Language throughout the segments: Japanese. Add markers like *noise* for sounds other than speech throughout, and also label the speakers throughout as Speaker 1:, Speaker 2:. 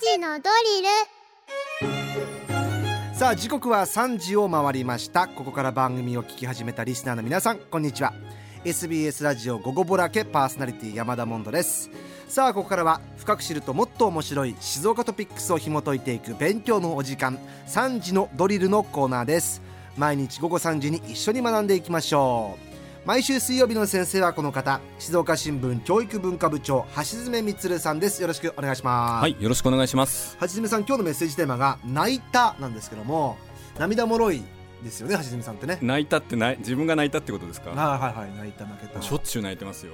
Speaker 1: 時のドリル
Speaker 2: さあ時刻は3時を回りましたここから番組を聞き始めたリスナーの皆さんこんにちは SBS ラジオ「午後ぼらけ」パーソナリティ山田モンドですさあここからは深く知るともっと面白い静岡トピックスを紐解いていく勉強のお時間3時のドリルのコーナーです毎日午後3時に一緒に学んでいきましょう毎週水曜日の先生はこの方静岡新聞教育文化部長橋爪充さんですよろしくお願いします
Speaker 3: はい、よろしくお願いします。
Speaker 2: はじめさん今日のメッセージテーマが「泣いた」なんですけども涙もろいですよねはじめさんってね
Speaker 3: 泣いたってない、自分が泣いたってことですか。
Speaker 2: はいはいはい泣いた泣け
Speaker 3: しょ
Speaker 2: た
Speaker 3: っちゅう泣いてますよ。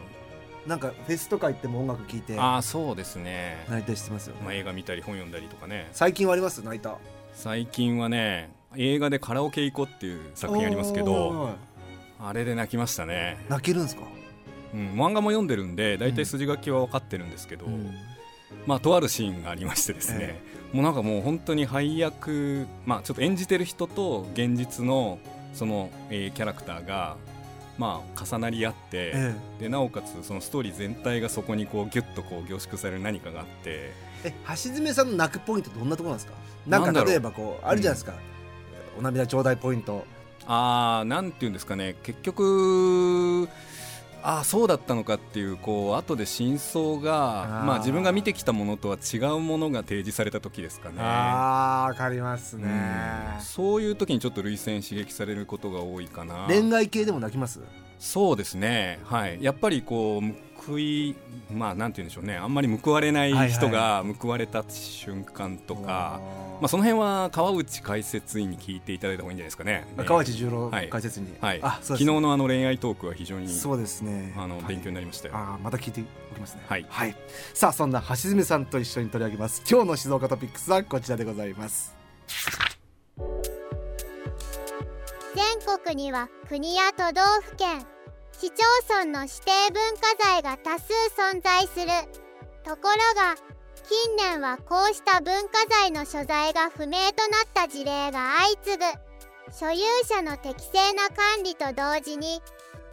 Speaker 2: なんかフェスとか行っても音楽聴いて
Speaker 3: ああ、そうですね。
Speaker 2: 泣いたりしてますよね、
Speaker 3: まあ、映画見たり本読んだりとかね。
Speaker 2: 最近はあります泣いた
Speaker 3: 最近はね、映画でカラオケ行こうっていう作品ありますけど、
Speaker 2: おー
Speaker 3: あれで泣きましたね。
Speaker 2: 泣けるんですか、
Speaker 3: うん、漫画も読んでるんで、大体筋書きは分かってるんですけど、
Speaker 2: うん
Speaker 3: まあ、とあるシーンがありましてですね、もうなんかもう本当に配役、まあ、ちょっと演じてる人と現実のその、えーキャラクターが、まあ、重なり合って、
Speaker 2: え
Speaker 3: でなおかつそのストーリー全体がそこにこうギュッとこう凝縮される何かがあって
Speaker 2: ええ橋爪さんの泣くポイントどんなところなんですかなん
Speaker 3: なんだ
Speaker 2: か
Speaker 3: ろう
Speaker 2: 例えばこうあるじゃないですか、お涙ちょうだいポイント
Speaker 3: ああなんていうんですかね結局ああそうだったのかっていうこう後で真相が
Speaker 2: あー
Speaker 3: まあ、自分が見てきたものとは違うものが提示された時ですかね。
Speaker 2: あーわかりますね、
Speaker 3: うんそういう時にちょっと涙腺刺激されることが多いかな
Speaker 2: 恋愛系でも泣きます
Speaker 3: そうですねはいやっぱりこう報いまあなんて言うんでしょうねあんまり報われない人が報われた瞬間とか、まあ、その辺は川内解説委員に聞いていただいた方がいいんじゃないですかね。
Speaker 2: あ、川
Speaker 3: 内、
Speaker 2: 内十郎
Speaker 3: はい
Speaker 2: 解説に、
Speaker 3: はい、
Speaker 2: あそうです
Speaker 3: 昨日
Speaker 2: ね
Speaker 3: のあの恋愛トークは非常に
Speaker 2: そうですね
Speaker 3: あの
Speaker 2: はい
Speaker 3: 勉強になりましたよ。
Speaker 2: あーまた聞いておきますね
Speaker 3: はい
Speaker 2: さあそんな橋爪さんと一緒に取り上げます今日の静岡トピックスはこちらでございます
Speaker 1: 全国には国や都道府県市町村の指定文化財が多数存在するところが近年はこうした文化財の所在が不明となった事例が相次ぐ所有者の適正な管理と同時に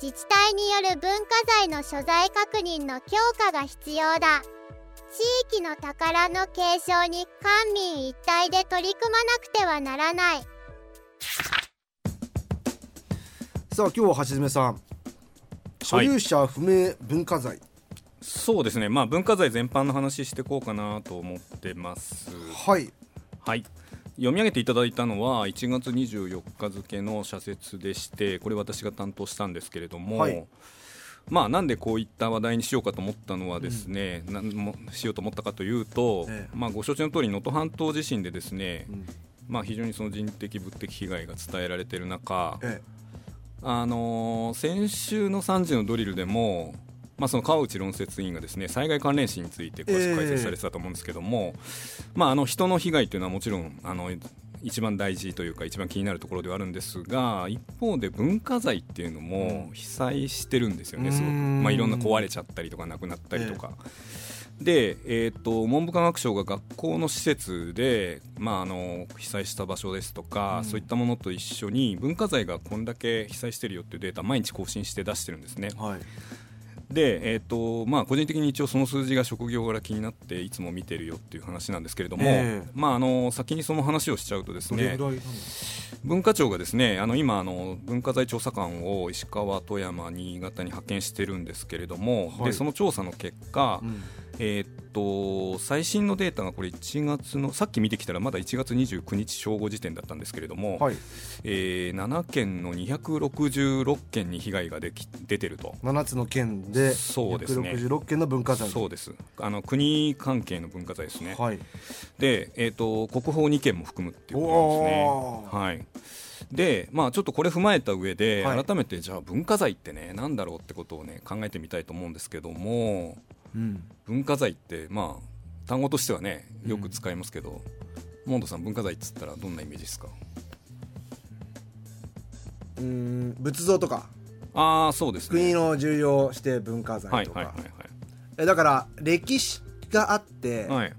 Speaker 1: 自治体による文化財の所在確認の強化が必要だ地域の宝の継承に官民一体で取り組まなくてはならない
Speaker 2: さあ今日は橋爪さん所有者不明文化財
Speaker 3: そうですね。まあ文化財全般の話していこうかなと思ってます。
Speaker 2: はい、
Speaker 3: はい。読み上げていただいたのは1月24日付の社説でしてこれ私が担当したんですけれども、
Speaker 2: はい
Speaker 3: まあなんでこういった話題にしようかと思ったのはですね、なんもしようと思ったかというと、
Speaker 2: ええ
Speaker 3: まあご承知の通り能登半島地震でですね、まあ、非常にその人的物的被害が伝えられている中、
Speaker 2: え
Speaker 3: あのー先週の3時のドリルでも、まあ、その川内論説委員がですね災害関連死について詳しく解説されてたと思うんですけども、まあ、あの人の被害というのはもちろんあの一番大事というか一番気になるところではあるんですが一方で文化財っていうのも被災してるんですよねすごく、
Speaker 2: うん
Speaker 3: まあ、いろんな壊れちゃったりとかなくなったりとか。で、えー、と文部科学省が学校の施設で、まあ、あの被災した場所ですとか、そういったものと一緒に文化財がこんだけ被災してるよっていうデータ毎日更新して出してるんですね。
Speaker 2: はい
Speaker 3: で、えーとまあ、個人的に一応その数字が職業柄気になっていつも見てるよっていう話なんですけれども、
Speaker 2: ええ
Speaker 3: まあ、あの先にその話をしちゃうとです
Speaker 2: どれ
Speaker 3: ね
Speaker 2: ぐらいなの
Speaker 3: 文化庁がですねあの今あの文化財調査官を石川富山新潟に派遣してるんですけれども、
Speaker 2: はい
Speaker 3: でその調査の結果、
Speaker 2: うん
Speaker 3: えーっと最新のデータがこれ1月のさっき見てきたらまだ1月29日正午時点だったんですけれども、
Speaker 2: はい
Speaker 3: えー7件の266件に被害ができ出てると。
Speaker 2: 7つの県で
Speaker 3: そうですね
Speaker 2: 166件の文化財
Speaker 3: そうですあの国関係の文化財ですね、
Speaker 2: はい
Speaker 3: で、えー、と国宝2件も含むっていうこと
Speaker 2: お
Speaker 3: なんですね。はい、で、まあ、ちょっとこれ踏まえた上で、
Speaker 2: はい
Speaker 3: 改めてじゃあ文化財ってねなんだろうってことをね考えてみたいと思うんですけども
Speaker 2: うん
Speaker 3: 文化財ってまあ単語としてはねよく使いますけど、モンドさん文化財っつったらどんなイメージですか
Speaker 2: うーん仏像とか
Speaker 3: ああそうです
Speaker 2: 国
Speaker 3: ね。
Speaker 2: の重要指定文化
Speaker 3: は
Speaker 2: 財
Speaker 3: い
Speaker 2: と
Speaker 3: はい
Speaker 2: か
Speaker 3: はい
Speaker 2: えだから歴史があって、
Speaker 3: はい。はい、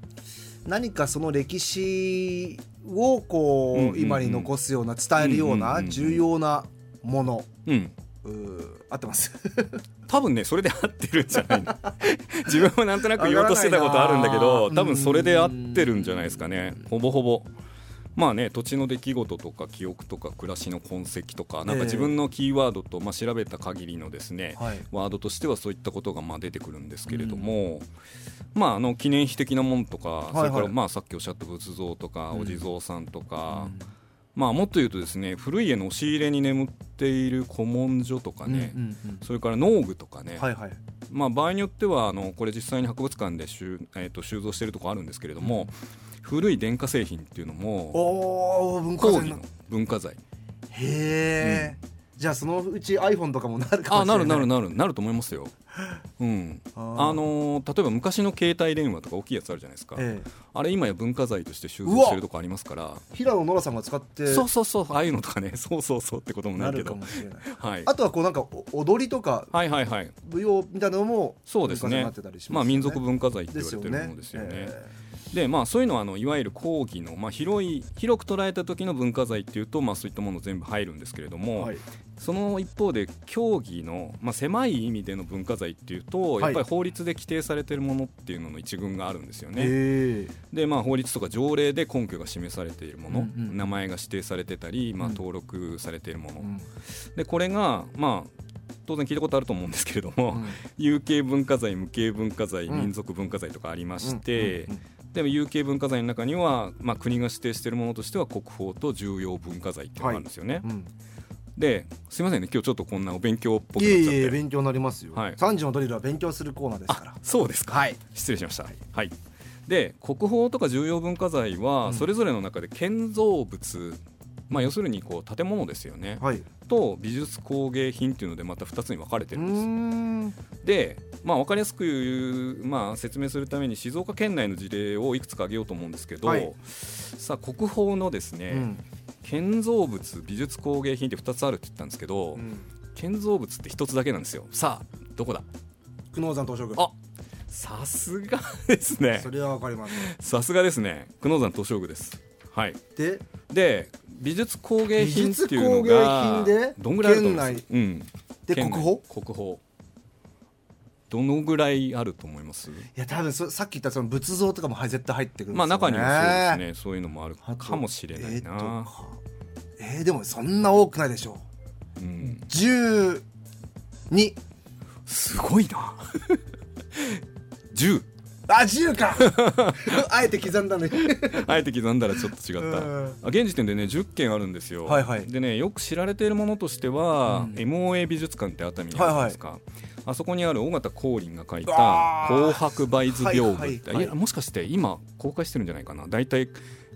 Speaker 2: 何かその歴史をこう,、
Speaker 3: うんうんうん
Speaker 2: 今に残すような伝えるよう
Speaker 3: うんうん
Speaker 2: な
Speaker 3: うんうん
Speaker 2: 重要なもの
Speaker 3: うん
Speaker 2: うー合ってます
Speaker 3: 多分ねそれで合ってるんじゃないの *laughs* 自分もなんとなく言おうとしてたことあるんだけ
Speaker 2: 上
Speaker 3: ど
Speaker 2: がらないな
Speaker 3: 多分それで合ってるんじゃないですかねほぼほぼまあね土地の出来事とか記憶とか暮らしの痕跡とかな
Speaker 2: え
Speaker 3: ん
Speaker 2: え
Speaker 3: か自分のキーワードと、まあ、調べた限りのですね、
Speaker 2: *laughs* はい
Speaker 3: ワードとしてはそういったことがまあ出てくるんですけれども、まあ、あの記念碑的なものとか、
Speaker 2: い
Speaker 3: それからまあさっきおっしゃった仏像とか、
Speaker 2: うん
Speaker 3: お地蔵さんとか、まあ、もっと言うとですね古い家の押し入れに眠っている古文書とかね、
Speaker 2: うんうん
Speaker 3: それから農具とかね、
Speaker 2: うんはいはい
Speaker 3: まあ、場合によってはあのこれ実際に博物館で収,、えー、と収蔵しているところあるんですけれども、古い電化製品っていうのも
Speaker 2: おお文化
Speaker 3: 講
Speaker 2: 財
Speaker 3: 義
Speaker 2: の
Speaker 3: の文化財
Speaker 2: へえ、じゃあそのうち iPhone とかもなるかも
Speaker 3: あ
Speaker 2: しれない
Speaker 3: なるなるなるなると思いますよ。うん、
Speaker 2: あ
Speaker 3: あ
Speaker 2: ー
Speaker 3: のー例えば昔の携帯電話とか大きいやつあるじゃないですか、
Speaker 2: え
Speaker 3: あれ今や文化財として収蔵してるとこありますから
Speaker 2: え、平野ノラさんが使って
Speaker 3: そうそうそうああいうのとかね *laughs* そうそうそうってこともな
Speaker 2: な
Speaker 3: るけ
Speaker 2: るか
Speaker 3: ど
Speaker 2: もしれない
Speaker 3: はい
Speaker 2: あとはこうなんかお踊りとか
Speaker 3: はいはいはい
Speaker 2: 舞踊みたいなのも
Speaker 3: そうです
Speaker 2: 文化財に
Speaker 3: ね
Speaker 2: なってたりし
Speaker 3: ま
Speaker 2: ま
Speaker 3: あ
Speaker 2: すよね
Speaker 3: 民族文化財って
Speaker 2: で
Speaker 3: 言わ
Speaker 2: す
Speaker 3: れ
Speaker 2: よ
Speaker 3: て
Speaker 2: ね
Speaker 3: るものですよねで
Speaker 2: え
Speaker 3: まあそういうのはあのいわゆる講義の、まあ、広い広く捉えた時の文化財っていうと、まあ、そういったもの全部入るんですけれど
Speaker 2: え
Speaker 3: も、
Speaker 2: はい
Speaker 3: その一方で教義の、まあ、狭い意味での文化財っていうと、
Speaker 2: はい
Speaker 3: やっぱり法律で規定されてるものっていうのの一群があるんですよね。
Speaker 2: え
Speaker 3: でまあ、法律とか条例で根拠が示されているもの、
Speaker 2: うんうん
Speaker 3: 名前が指定されてたり、まあ、
Speaker 2: うん
Speaker 3: 登録されているもの、
Speaker 2: えうん
Speaker 3: でこれが、まあ、当然聞いたことあると思うんですけれども、
Speaker 2: うん
Speaker 3: *laughs* 有形文化財無形文化財
Speaker 2: うん
Speaker 3: 民族文化財とかありまして、
Speaker 2: うんうん
Speaker 3: でも有形文化財の中には、まあ、国が指定しているものとしては国宝と重要文化財っていうのがあるんですよね。
Speaker 2: うん
Speaker 3: ですいませんね今日ちょっとこんなお勉強っぽく
Speaker 2: い
Speaker 3: なっ
Speaker 2: え
Speaker 3: ちゃっ
Speaker 2: い
Speaker 3: て
Speaker 2: え勉強になりますよ、
Speaker 3: はい
Speaker 2: 三時のドリルは勉強するコーナーですから
Speaker 3: あそうですか、
Speaker 2: はい
Speaker 3: 失礼しました、はいで国宝とか重要文化財
Speaker 2: うん
Speaker 3: はそれぞれの中で建造物、まあ、要するにこう建物ですよね、
Speaker 2: はいう
Speaker 3: と美術工芸品っていうのでまた2つに分かれて
Speaker 2: ー
Speaker 3: るんです
Speaker 2: ん
Speaker 3: で、まあ、分かりやすく言う、まあ、説明するために静岡県内の事例をいくつか挙げようと思うんですけど、
Speaker 2: はい
Speaker 3: さあ国宝のですね、
Speaker 2: うん
Speaker 3: 建造物美術工芸品って2つあるって言ったんですけど、
Speaker 2: うん
Speaker 3: 建造物って1つだけなんですよさあどこだ
Speaker 2: 久能山東照宮
Speaker 3: あさすがですね
Speaker 2: それはわかります
Speaker 3: さすがですね久能山東照宮ですはい
Speaker 2: で
Speaker 3: で美術工芸品っていう
Speaker 2: 美術工
Speaker 3: の
Speaker 2: 芸品
Speaker 3: が
Speaker 2: で
Speaker 3: どんぐらいあると思います、うん、
Speaker 2: で国
Speaker 3: 県内
Speaker 2: 宝い
Speaker 3: 国宝どのぐらいあると思います
Speaker 2: や多分そさっき言ったその仏像とかもはい絶対入ってくるんですよね
Speaker 3: まあ中にはそうですねそういうのもある
Speaker 2: あと
Speaker 3: かもしれない
Speaker 2: えー
Speaker 3: な
Speaker 2: と、かえーでもそんな多くないでしょ
Speaker 3: うん
Speaker 2: う、12
Speaker 3: すごいな *laughs* 10
Speaker 2: あ10か
Speaker 3: *laughs*
Speaker 2: あえて刻んだね
Speaker 3: あえて刻んだらちょっと違った
Speaker 2: うん
Speaker 3: あ現時点でね10件あるんですよ、
Speaker 2: はいはい
Speaker 3: でねよく知られているものとしては、
Speaker 2: うん
Speaker 3: MOA 美術館って熱海にあるんですか、あそこにある尾形光琳が描いた
Speaker 2: あ
Speaker 3: 「
Speaker 2: ー
Speaker 3: 紅白梅図屏風」って、
Speaker 2: はいはい
Speaker 3: いやもしかして今公開してるんじゃないかな大体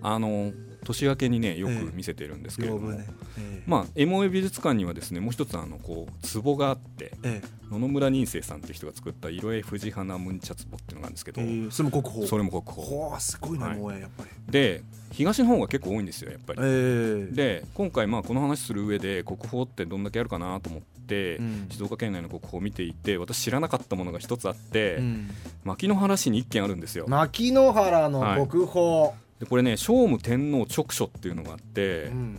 Speaker 3: あの年明けにねよく見せてるんですけれども、
Speaker 2: 屏風ねえー
Speaker 3: まあ、MOA 美術館にはですねもう一つあのこう壺があって
Speaker 2: えー
Speaker 3: 野々村仁生さんっていう人が作った「色絵藤花ムンチャ壺」っていうのがあるんですけど、
Speaker 2: えーそれも国宝
Speaker 3: それも国宝
Speaker 2: ほーすごいな、
Speaker 3: はい
Speaker 2: もうやっぱり
Speaker 3: で東の方が結構多いんですよやっぱり
Speaker 2: え。ー
Speaker 3: で今回まあこの話する上で国宝ってどんだけあるかなと思って、
Speaker 2: うん
Speaker 3: 静岡県内の国宝を見ていて私知らなかったものが一つあって、
Speaker 2: うん
Speaker 3: 牧之原市に一軒あるんですよ、
Speaker 2: 牧之原の
Speaker 3: はい
Speaker 2: 国宝、
Speaker 3: でこれね聖武天皇直書っていうのがあって、
Speaker 2: うん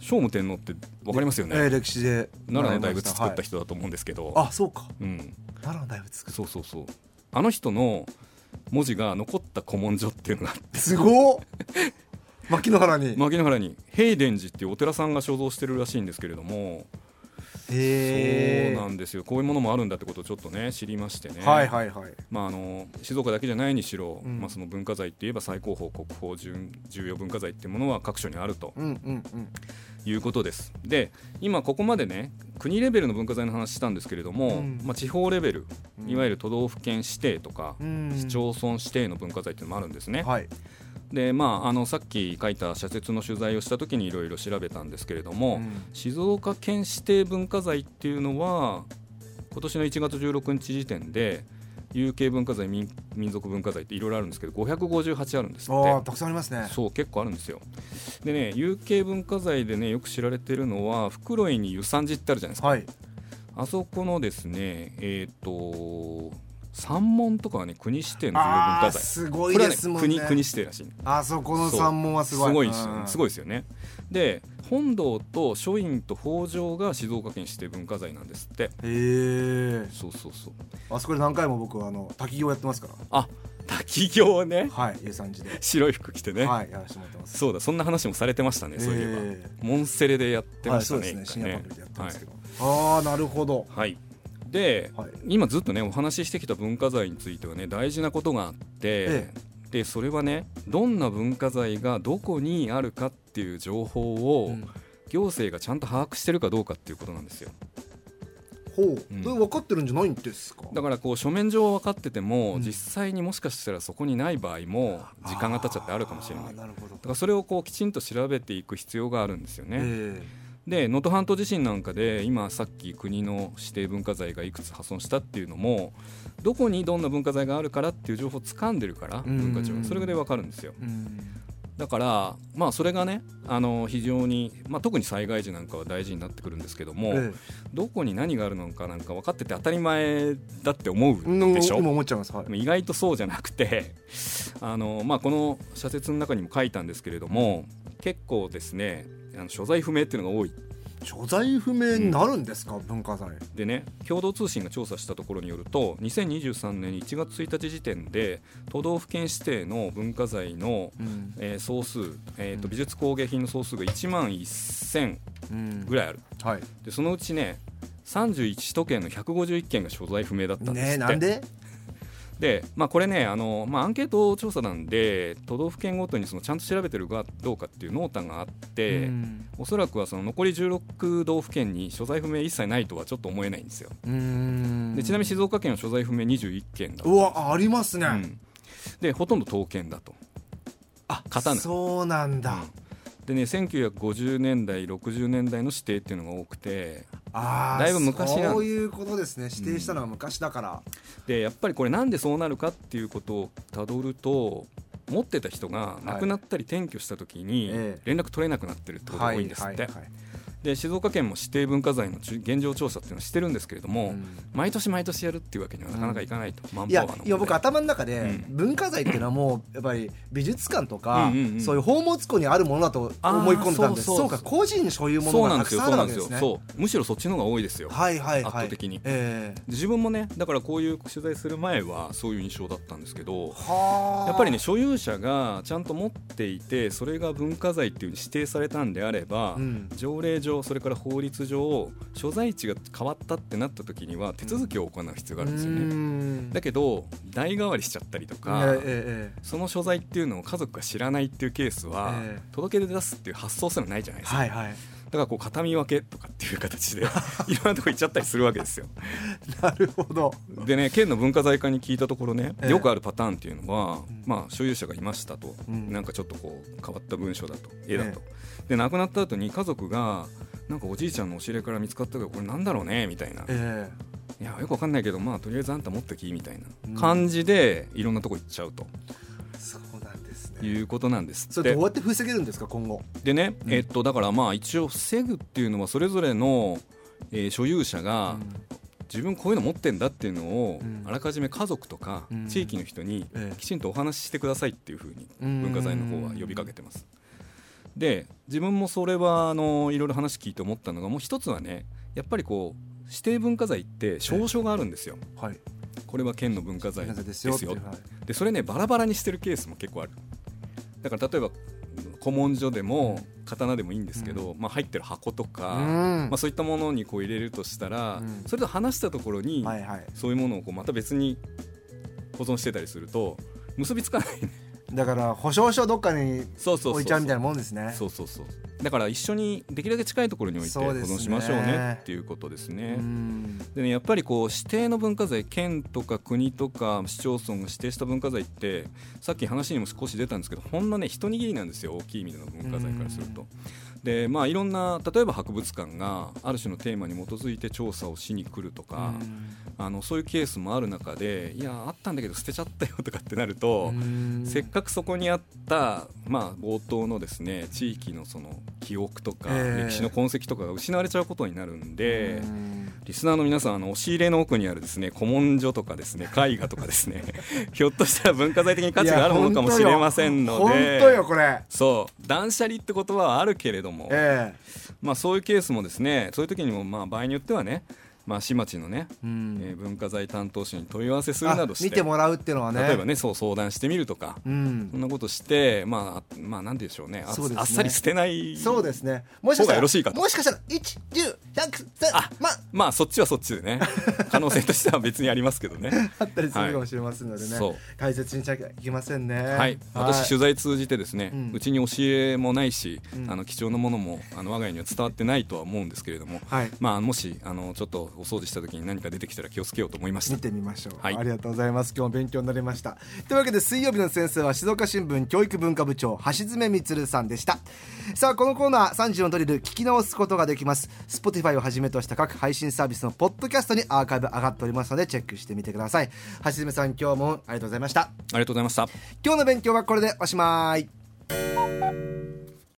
Speaker 3: 聖武天皇って分かりますよ
Speaker 2: え
Speaker 3: ね、
Speaker 2: ー歴史で
Speaker 3: 奈良の大仏作った
Speaker 2: 人、
Speaker 3: 人だと思うんですけど、
Speaker 2: はいあそうか
Speaker 3: うん、
Speaker 2: 奈良の大仏作っ
Speaker 3: そうそうそうあの人の文字が残った古文書っていうのがあって
Speaker 2: たすごっ *laughs* 牧之原に、
Speaker 3: 牧之原に平殿寺っていうお寺さんが所蔵してるらしいんですけれども、
Speaker 2: へえ
Speaker 3: そうなんですよこういうものもあるんだってことをちょっとね知りましてね、
Speaker 2: はいはいはい
Speaker 3: まあ、あの静岡だけじゃないにしろ、
Speaker 2: うん
Speaker 3: まあ、その文化財っていえば最高峰国宝重重要文化財っていうものは各所にあると
Speaker 2: うんうんうん
Speaker 3: いうことです。で今ここまでね国レベルの文化財の話したんですけれども、
Speaker 2: うん
Speaker 3: まあ、地方レベル
Speaker 2: うん
Speaker 3: いわゆる都道府県指定とか、
Speaker 2: うん
Speaker 3: 市町村指定の文化財っていうのもあるんですね。
Speaker 2: はい
Speaker 3: でまああのさっき書いた社説の取材をした時にいろいろ調べたんですけれども、
Speaker 2: うん
Speaker 3: 静岡県指定文化財っていうのは今年の1月16日時点で有形文化財民民族文化財っていろいろあるんですけど558あるんです
Speaker 2: ああ
Speaker 3: って
Speaker 2: たくさんありますね
Speaker 3: そう結構あるんですよでね有形文化財でねよく知られてるのは袋井に湯山寺ってあるじゃないですか
Speaker 2: はい
Speaker 3: あそこのですねえっ、と三門とかはね国指定の重要文
Speaker 2: あ
Speaker 3: 化
Speaker 2: ー
Speaker 3: 財
Speaker 2: すごいですもんね
Speaker 3: これはね、国国指定らしい
Speaker 2: あそこの山門はすごい
Speaker 3: すごいですよねすご
Speaker 2: い
Speaker 3: いですよねで本堂と書院と北条が静岡県指定文化財なんですって
Speaker 2: へえ
Speaker 3: そうそうそう
Speaker 2: あそこで何回も僕あの滝行やってますから
Speaker 3: あ滝行ね
Speaker 2: はい家さん寺で、
Speaker 3: 白い服着てね、
Speaker 2: はいやらせてもらってます
Speaker 3: そうだそんな話もされてましたね、そういえば
Speaker 2: え
Speaker 3: モンセレでやって
Speaker 2: は
Speaker 3: ま
Speaker 2: い、
Speaker 3: し
Speaker 2: そ
Speaker 3: た
Speaker 2: う
Speaker 3: ね,
Speaker 2: です
Speaker 3: 一回
Speaker 2: ね
Speaker 3: ね、
Speaker 2: 深夜パブリでやってますけど、ああなるほど
Speaker 3: はい、で、
Speaker 2: はい
Speaker 3: 今ずっとねお話ししてきた文化財についてはね大事なことがあって、
Speaker 2: え
Speaker 3: でそれはねどんな文化財がどこにあるかっていう情報を、
Speaker 2: うん
Speaker 3: 行政がちゃんと把握してるかどうかっていうことなんですよ
Speaker 2: ほう、
Speaker 3: うん
Speaker 2: え分かってるんじゃないんですか
Speaker 3: だからこう書面上は分かってても、
Speaker 2: うん
Speaker 3: 実際にもしかしたらそこにない場合も時間が経っちゃってあるかもしれない
Speaker 2: あー
Speaker 3: だ
Speaker 2: なるほど
Speaker 3: からそれをこうきちんと調べていく必要があるんですよね、
Speaker 2: え
Speaker 3: で能登半島地震なんかで今さっき国の指定文化財がいくつ破損したっていうのもどこにどんな文化財があるからっていう情報を掴んでるから
Speaker 2: うん
Speaker 3: 文化庁はそれでわかるんですよ
Speaker 2: えうん
Speaker 3: だからまあそれがねあの非常に、まあ、特に災害時なんかは大事になってくるんですけども、
Speaker 2: え
Speaker 3: どこに何があるのかなんか分かってて当たり前だって思
Speaker 2: え
Speaker 3: うでしょ
Speaker 2: 今思っちゃいますはい
Speaker 3: でも意外とそうじゃなくて *laughs* あの、まあ、この社説の中にも書いたんですけれども結構ですねあの所在不明っていうのが多い
Speaker 2: 所在不明になるんですか、文化財
Speaker 3: でね共同通信が調査したところによると2023年1月1日時点で都道府県指定の文化財の、
Speaker 2: うん、
Speaker 3: えー総数、えー
Speaker 2: う
Speaker 3: と
Speaker 2: ん
Speaker 3: 美術工芸品の総数が1万1000
Speaker 2: うん
Speaker 3: ぐらいある
Speaker 2: はい
Speaker 3: でそのうちね31都県の151件が所在不明だったんです
Speaker 2: ねえ
Speaker 3: って
Speaker 2: なんで
Speaker 3: で、まあ、これねあの、まあ、アンケート調査なんで都道府県ごとにそのちゃんと調べてるかどうかっていう濃淡があって、
Speaker 2: うん
Speaker 3: おそらくはその残り16道府県に所在不明一切ないとはちょっと思えないんですよ
Speaker 2: うん
Speaker 3: でちなみに静岡県は所在不明21件だ
Speaker 2: うわありますね、
Speaker 3: うんでほとんど刀剣だとあ刀
Speaker 2: そうなんだ、
Speaker 3: うんでね1950年代60年代の指定っていうのが多くて
Speaker 2: ああ
Speaker 3: だいぶ昔なん
Speaker 2: そういうことですね指定したのは昔だから、
Speaker 3: でやっぱりこれなんでそうなるかっていうことをたどると持ってた人が亡くなったり転居した時に
Speaker 2: ええ
Speaker 3: 連絡取れなくなってるってことが多いんですって
Speaker 2: はい
Speaker 3: で静岡県も指定文化財のちゅ現状調査っていうのをしてるんですけれど
Speaker 2: う
Speaker 3: も、
Speaker 2: ん
Speaker 3: 毎年毎年やるっていうわけにはなかなかいかないと、マン
Speaker 2: い
Speaker 3: パワ
Speaker 2: や
Speaker 3: ーの問題
Speaker 2: いや僕頭の中で、
Speaker 3: うん
Speaker 2: 文化財っていうのはもうやっぱり美術館とか、
Speaker 3: うんうんうん
Speaker 2: そういう宝物庫にあるものだと思い込んでたんです
Speaker 3: あ
Speaker 2: そ
Speaker 3: ー
Speaker 2: う
Speaker 3: そうそう
Speaker 2: か個人所有もの
Speaker 3: そう
Speaker 2: が
Speaker 3: なん
Speaker 2: た
Speaker 3: で
Speaker 2: く
Speaker 3: すよ
Speaker 2: さんある
Speaker 3: そうな
Speaker 2: わ
Speaker 3: ん
Speaker 2: けで
Speaker 3: で
Speaker 2: す
Speaker 3: よ
Speaker 2: すね
Speaker 3: そうむしろそっちの方が多いですよ
Speaker 2: はいはいはい
Speaker 3: 圧倒的に
Speaker 2: ええ
Speaker 3: 自分もねだからこういう取材する前はそういう印象だったんですけど
Speaker 2: はあ
Speaker 3: やっぱりね所有者がちゃんと持っていてそれが文化財っていうふうに指定されたんであれば、
Speaker 2: うん
Speaker 3: 条例上それから法律上所在地が変わったってなった時には手続きを行う必要があるんですよね、
Speaker 2: ね
Speaker 3: だ
Speaker 2: け
Speaker 3: けど代替わりしちゃったりと
Speaker 2: え
Speaker 3: か、
Speaker 2: ええ
Speaker 3: その所在っていうのを家族が知らないっていうケースは、
Speaker 2: ええ
Speaker 3: 届け出出すっていう発想すらないじゃない
Speaker 2: え
Speaker 3: ですか、
Speaker 2: はいはい
Speaker 3: だからこう片見分けとかっていう
Speaker 2: *laughs*
Speaker 3: 形でいろんなとこ行っちゃったりするわけですよ
Speaker 2: なるほど
Speaker 3: でね県の文化財課に聞いたところね、
Speaker 2: ええ
Speaker 3: よくあるパターンっていうのは、
Speaker 2: うん
Speaker 3: まあ、所有者がいましたと、
Speaker 2: うん
Speaker 3: なんかちょっとこう変わった文章だと絵だと、で亡くなった後に家族がなんかおじいちゃんの教えから見つかったけどこれなんだろうねみたいな、
Speaker 2: え
Speaker 3: いやよくわかんないけどまあとりあえずあんた持っときみたい
Speaker 2: うん
Speaker 3: な感じでいろんなとこ行っちゃうと
Speaker 2: えそうなんですね
Speaker 3: いうことなんです
Speaker 2: そ
Speaker 3: っ
Speaker 2: れ
Speaker 3: て
Speaker 2: どうやって防げるんですか今後
Speaker 3: でね、
Speaker 2: うん
Speaker 3: えっとだからまあ一応防ぐっていうのはそれぞれの、えー所有者が自分こういうの持ってんだっていうのを、
Speaker 2: うん
Speaker 3: あらかじめ家族とか
Speaker 2: うん
Speaker 3: 地域の人に
Speaker 2: ええ
Speaker 3: きちんとお話ししてくださいっていうふうに
Speaker 2: うん
Speaker 3: 文化財の方は呼びかけてます。で自分もそれはあのいろいろ話聞いて思ったのがもう一つはねやっぱりこう指定文化財って証書があるんですよ。
Speaker 2: はい
Speaker 3: これは県の文化財
Speaker 2: 文化財
Speaker 3: で
Speaker 2: です
Speaker 3: す
Speaker 2: よ
Speaker 3: よ
Speaker 2: っていうはい
Speaker 3: でそれねバラバラにしてるケースも結構あるだから例えば古文書でも刀でもいいんですけど、まあ、入ってる箱とか、
Speaker 2: うん
Speaker 3: まあ、そういったものにこう入れるとしたら、
Speaker 2: うん
Speaker 3: それと話したところに、
Speaker 2: はいはい
Speaker 3: そういうものをこうまた別に保存してたりすると結びつかない
Speaker 2: だから保証書どっかに
Speaker 3: そうそうそうそう
Speaker 2: 置いちゃうみたいなもんですね
Speaker 3: そうそうそうだから一緒にできるだけ近いところに置いて保
Speaker 2: そうですね
Speaker 3: 存しましょうねっていうことですね。
Speaker 2: うん
Speaker 3: でねやっぱりこう指定の文化財県とか国とか市町村が指定した文化財ってさっき話にも少し出たんですけどほんのね一握りなんですよ大きい意味での文化財からすると。でまあいろんな例えば博物館がある種のテーマに基づいて調査をしに来るとか、あのそういうケースもある中でいやあったんだけど捨てちゃったよとかってなると。
Speaker 2: うん
Speaker 3: せっかくそこにあった、まあ、冒頭のですね地域のその記憶とか
Speaker 2: ええ
Speaker 3: 歴史の痕跡とかが失われちゃうことになるんで、
Speaker 2: うん
Speaker 3: リスナーの皆さんあの押し入れの奥にあるですね古文書とかですね絵画とかですね *laughs* ひょっとしたら文化財的に価値があるものかもしれませんの
Speaker 2: 本
Speaker 3: で
Speaker 2: 当よこれ
Speaker 3: そう断捨離って言葉はあるけれども、
Speaker 2: え
Speaker 3: まあ、そういうケースもですねそういう時にもまあ場合によってはね、まあ、市町のね、
Speaker 2: えうん
Speaker 3: えー文化財担当者に問い合わせするな
Speaker 2: あ
Speaker 3: どして
Speaker 2: 見てもらうっていうのはね
Speaker 3: 例えばねそう相談してみるとか、
Speaker 2: うん
Speaker 3: そんなことして、まあ、まあなんて言うんでしょうねあ
Speaker 2: そうですね
Speaker 3: あっさり捨てない
Speaker 2: そうですねもしかした
Speaker 3: 方が
Speaker 2: ら
Speaker 3: よろしいかと
Speaker 2: もしかしたら1 1 0 1 0
Speaker 3: あ
Speaker 2: まあ
Speaker 3: まあそっちはそっちで
Speaker 2: *laughs*
Speaker 3: ね可能性としては別にありますけどね
Speaker 2: あったりするかもしれませんのでね、
Speaker 3: そう
Speaker 2: 解説にしなきゃいけませんねはい
Speaker 3: はい、私取材通じてですね、
Speaker 2: うん
Speaker 3: うちに教えもないし、
Speaker 2: うん
Speaker 3: あの貴重なものもあの我が家には伝わってないとは思うんですけれども、
Speaker 2: はい
Speaker 3: まあもしあのちょっとお掃除した時に何か出てきたら気をつけようと思いました
Speaker 2: 見てみましょう、
Speaker 3: はい
Speaker 2: ありがとうございます今日も勉強になりましたというわけで水曜日の先生は静岡新聞教育文化部長橋爪充さんでしたさあこのコーナー3時のドリル聞き直すことができます Spotify をはじめとした各配信サービスのポッドキャストにアーカイブ上がっておりますのでチェックしてみてください橋爪さん今日もありがとうございました
Speaker 3: ありがとうございました
Speaker 2: 今日の勉強はこれでおしまい